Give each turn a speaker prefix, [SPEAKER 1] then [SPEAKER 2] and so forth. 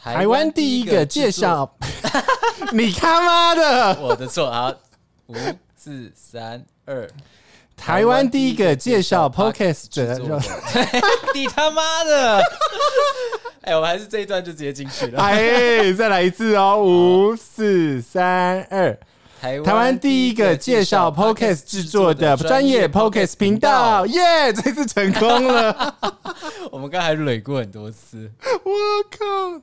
[SPEAKER 1] 台湾第一个介， 绍，你他妈的！
[SPEAKER 2] 我的错，好，五四三二，
[SPEAKER 1] 台湾第一个介绍 Podcast
[SPEAKER 2] 制
[SPEAKER 1] 者
[SPEAKER 2] 作的， 你他妈的！ 哎，我们还是这一段就直接进去了。
[SPEAKER 1] 哎，再来一次哦，五四三二，
[SPEAKER 2] 台
[SPEAKER 1] 哎台湾第一个介绍 Podcast 制作的专业 Podcast 频道，。耶， 这次成功了！
[SPEAKER 2] 我们刚才捋过很多次。
[SPEAKER 1] 我靠，